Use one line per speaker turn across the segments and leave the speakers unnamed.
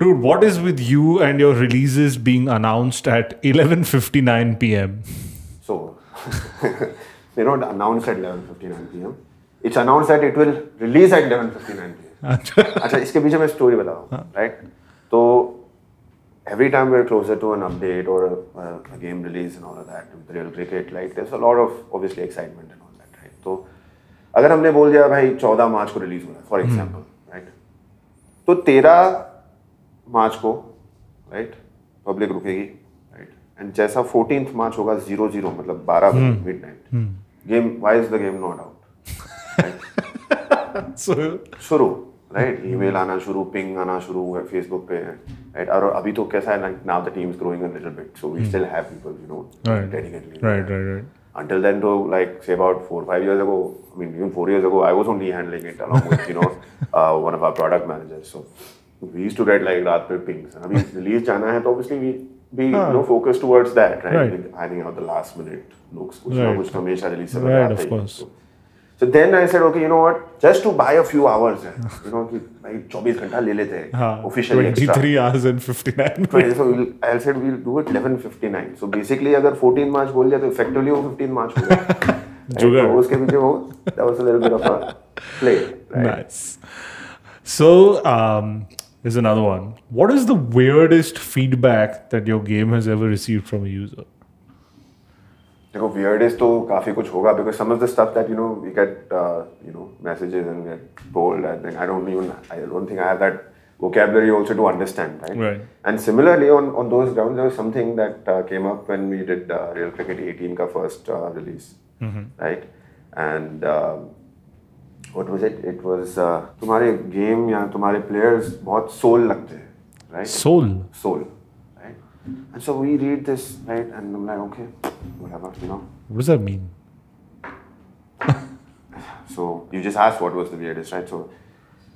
Dude, what is with you and your releases being announced at 11:59 p.m.?
So they're not announced at 11:59 p.m. It's announced that it will release at 11:59 p.m. अच्छा इसके पीछे मैं story बताऊँ right तो every time we're closer to an update or a, a game release and all of that with real cricket like there's a lot of obviously excitement and all that right तो अगर हमने बोल दिया भाई 14 मार्च को release होना है for example right तो 13 मार्च को राइट पब्लिक रुकेगी राइट एंड जैसा 14th मार्च होगा जीरो जीरो मतलब 12 midnight game why is the game not out
So,
शुरू राइट
हम्म।
ईमेल आना शुरू पिंग आना शुरू हुआ फेसबुक पे राइट और अभी तो कैसा है like now the team is growing a little bit so we still have people you know
hmm. Right.
Dedicatedly
right, right, right.
until then to like say about four five years ago i mean even four years ago i was only handling it along with you know uh, one of our product managers so we used to get like raat pe pings and i mean release jana hai to obviously we be you know focused towards that right,
Right.
Like, ironing out the last minute looks kuch na
Right.
kuch hamesha release se
Right,
bata
of
hai.
course.
so, so then I said, okay, you know what? Just to buy a few hours, है, you know, कि भाई 24 घंटा ले लेते हैं
हाँ,
officially extra.
23 hours and 59
Right, so we'll, I said we'll do it 11:59. So basically, अगर 14 मार्च बोल दिया तो effectively वो 15 मार्च हो गया.
जुगाड़.
तो उसके पीछे वो that was a little bit of a play. Right?
Nice. So, um, here's another one. What is the weirdest feedback that your game has ever received from a user?
देखो weirdest तो काफी कुछ होगा because some of the stuff that you know we get uh, you know messages and get told I think I don't even I don't think I have that vocabulary also to understand right.
Right.
And similarly on on those grounds there was something that uh, came up when we did uh, Real Cricket 18 का first uh, release right and um, what was it? It was uh, तुम्हारे game या तुम्हारे players बहुत soul लगते हैं, right?
Soul.
Soul, right? And so we read this, right? And I'm like, okay, whatever, you know.
What does that mean?
So you just asked what was the weirdest, right? So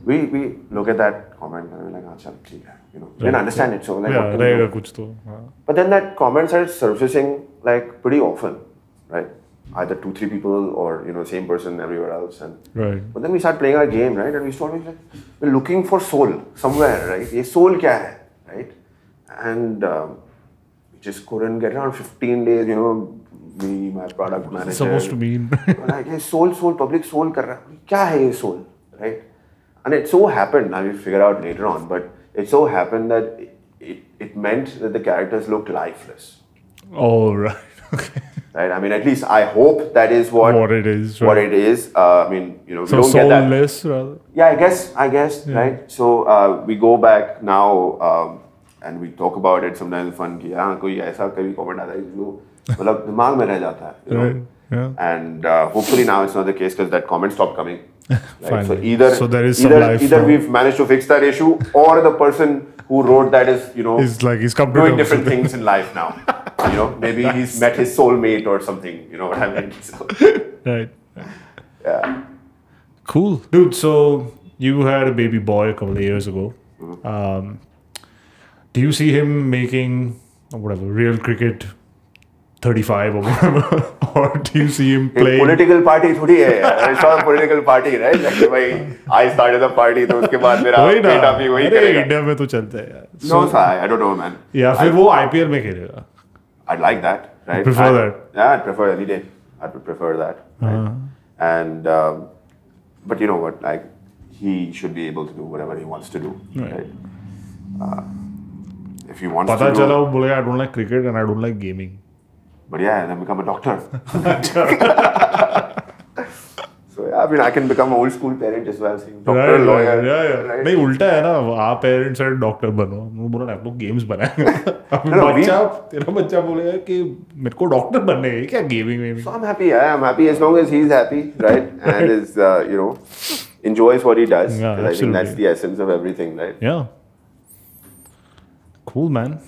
we we look at that comment and we're like, ah, chal, theek hai, you know. We didn't understand it, so like, what
Yeah,
can we do?
रहेगा कुछ तो हाँ.
But then that comment started surfacing like pretty often, right? Either two, three people or you know same person everywhere else, and
Right.
But then we start playing our game, right? And we start being like, we're looking for soul somewhere, right? ये soul क्या है, right? And um, we just couldn't get around 15 days, you know, me, my product manager.
It's supposed to mean.
like, ये soul, soul, public soul कर रहा है. क्या है ये soul, right? And it so happened, now we figure out later on, but it so happened that it, it, it meant that the characters looked lifeless.
oh, right. Okay.
Right. I mean, at least I hope that is what
What it is,
What
right.
it is. Uh, I mean, you know,
So
we don't get that
soulless rather.
yeah, I guess, I guess, right? So uh, we go back now um, and we talk about it sometimes fun कि हाँ कोई ऐसा कभी comment आता है जो मतलब दिमाग में रह जाता है you know?
Right, yeah.
and uh, hopefully now it's not the case because that comment stopped coming right? so
Finally.
either
So there is some
either,
life
either
now.
we've managed to fix that issue or the person who wrote that is you know
He's like he's come to
doing
terms
different
with it.
things in life now you know maybe he's met his soulmate or something you know what I mean so,
Right.
yeah
Cool, dude. So you had a baby boy a couple of years ago.
Mm-hmm.
Um, do you see him making or whatever real cricket, thirty-five or whatever, or do you see him
एक
playing?
Political party थोड़ी है it's not political party right like भाई I started the party तो उसके बाद मेरा
वही ना
बेटा भी वही
अरे
करेगा
इंडिया में तो चलता है यार
no I don't know man
या फिर वो आईपीएल में खेलेगा
I'd like that. Right?
prefer
I-
that.
Yeah, I'd prefer any day. I would prefer that. right? And um, but you know what? Like he should be able to do whatever he wants to do.
Right.
Right. Uh, if he wants
पता
to
चला
do,
वो बोलेगा I don't like cricket and I don't like gaming
but yeah, then become a doctor. so yeah, I mean, I can become an old school parent as well. So doctor, lawyer. right?
नहीं उल्टा है ना आप parents and doctor बनो हमने बोला ना, आप लोग गेम्स बनाए अभी
No, no, we-
बच्चा तेरा बच्चा बोलेगा कि मेरे को डॉक्टर बनने है क्या गेमिंग में
So I'm happy. Yeah, I'm happy as long as he's happy, right? And is uh, you know enjoys what he does.
Yeah,
'Cause I think that's
absolutely.
the essence of everything, right?
या cool man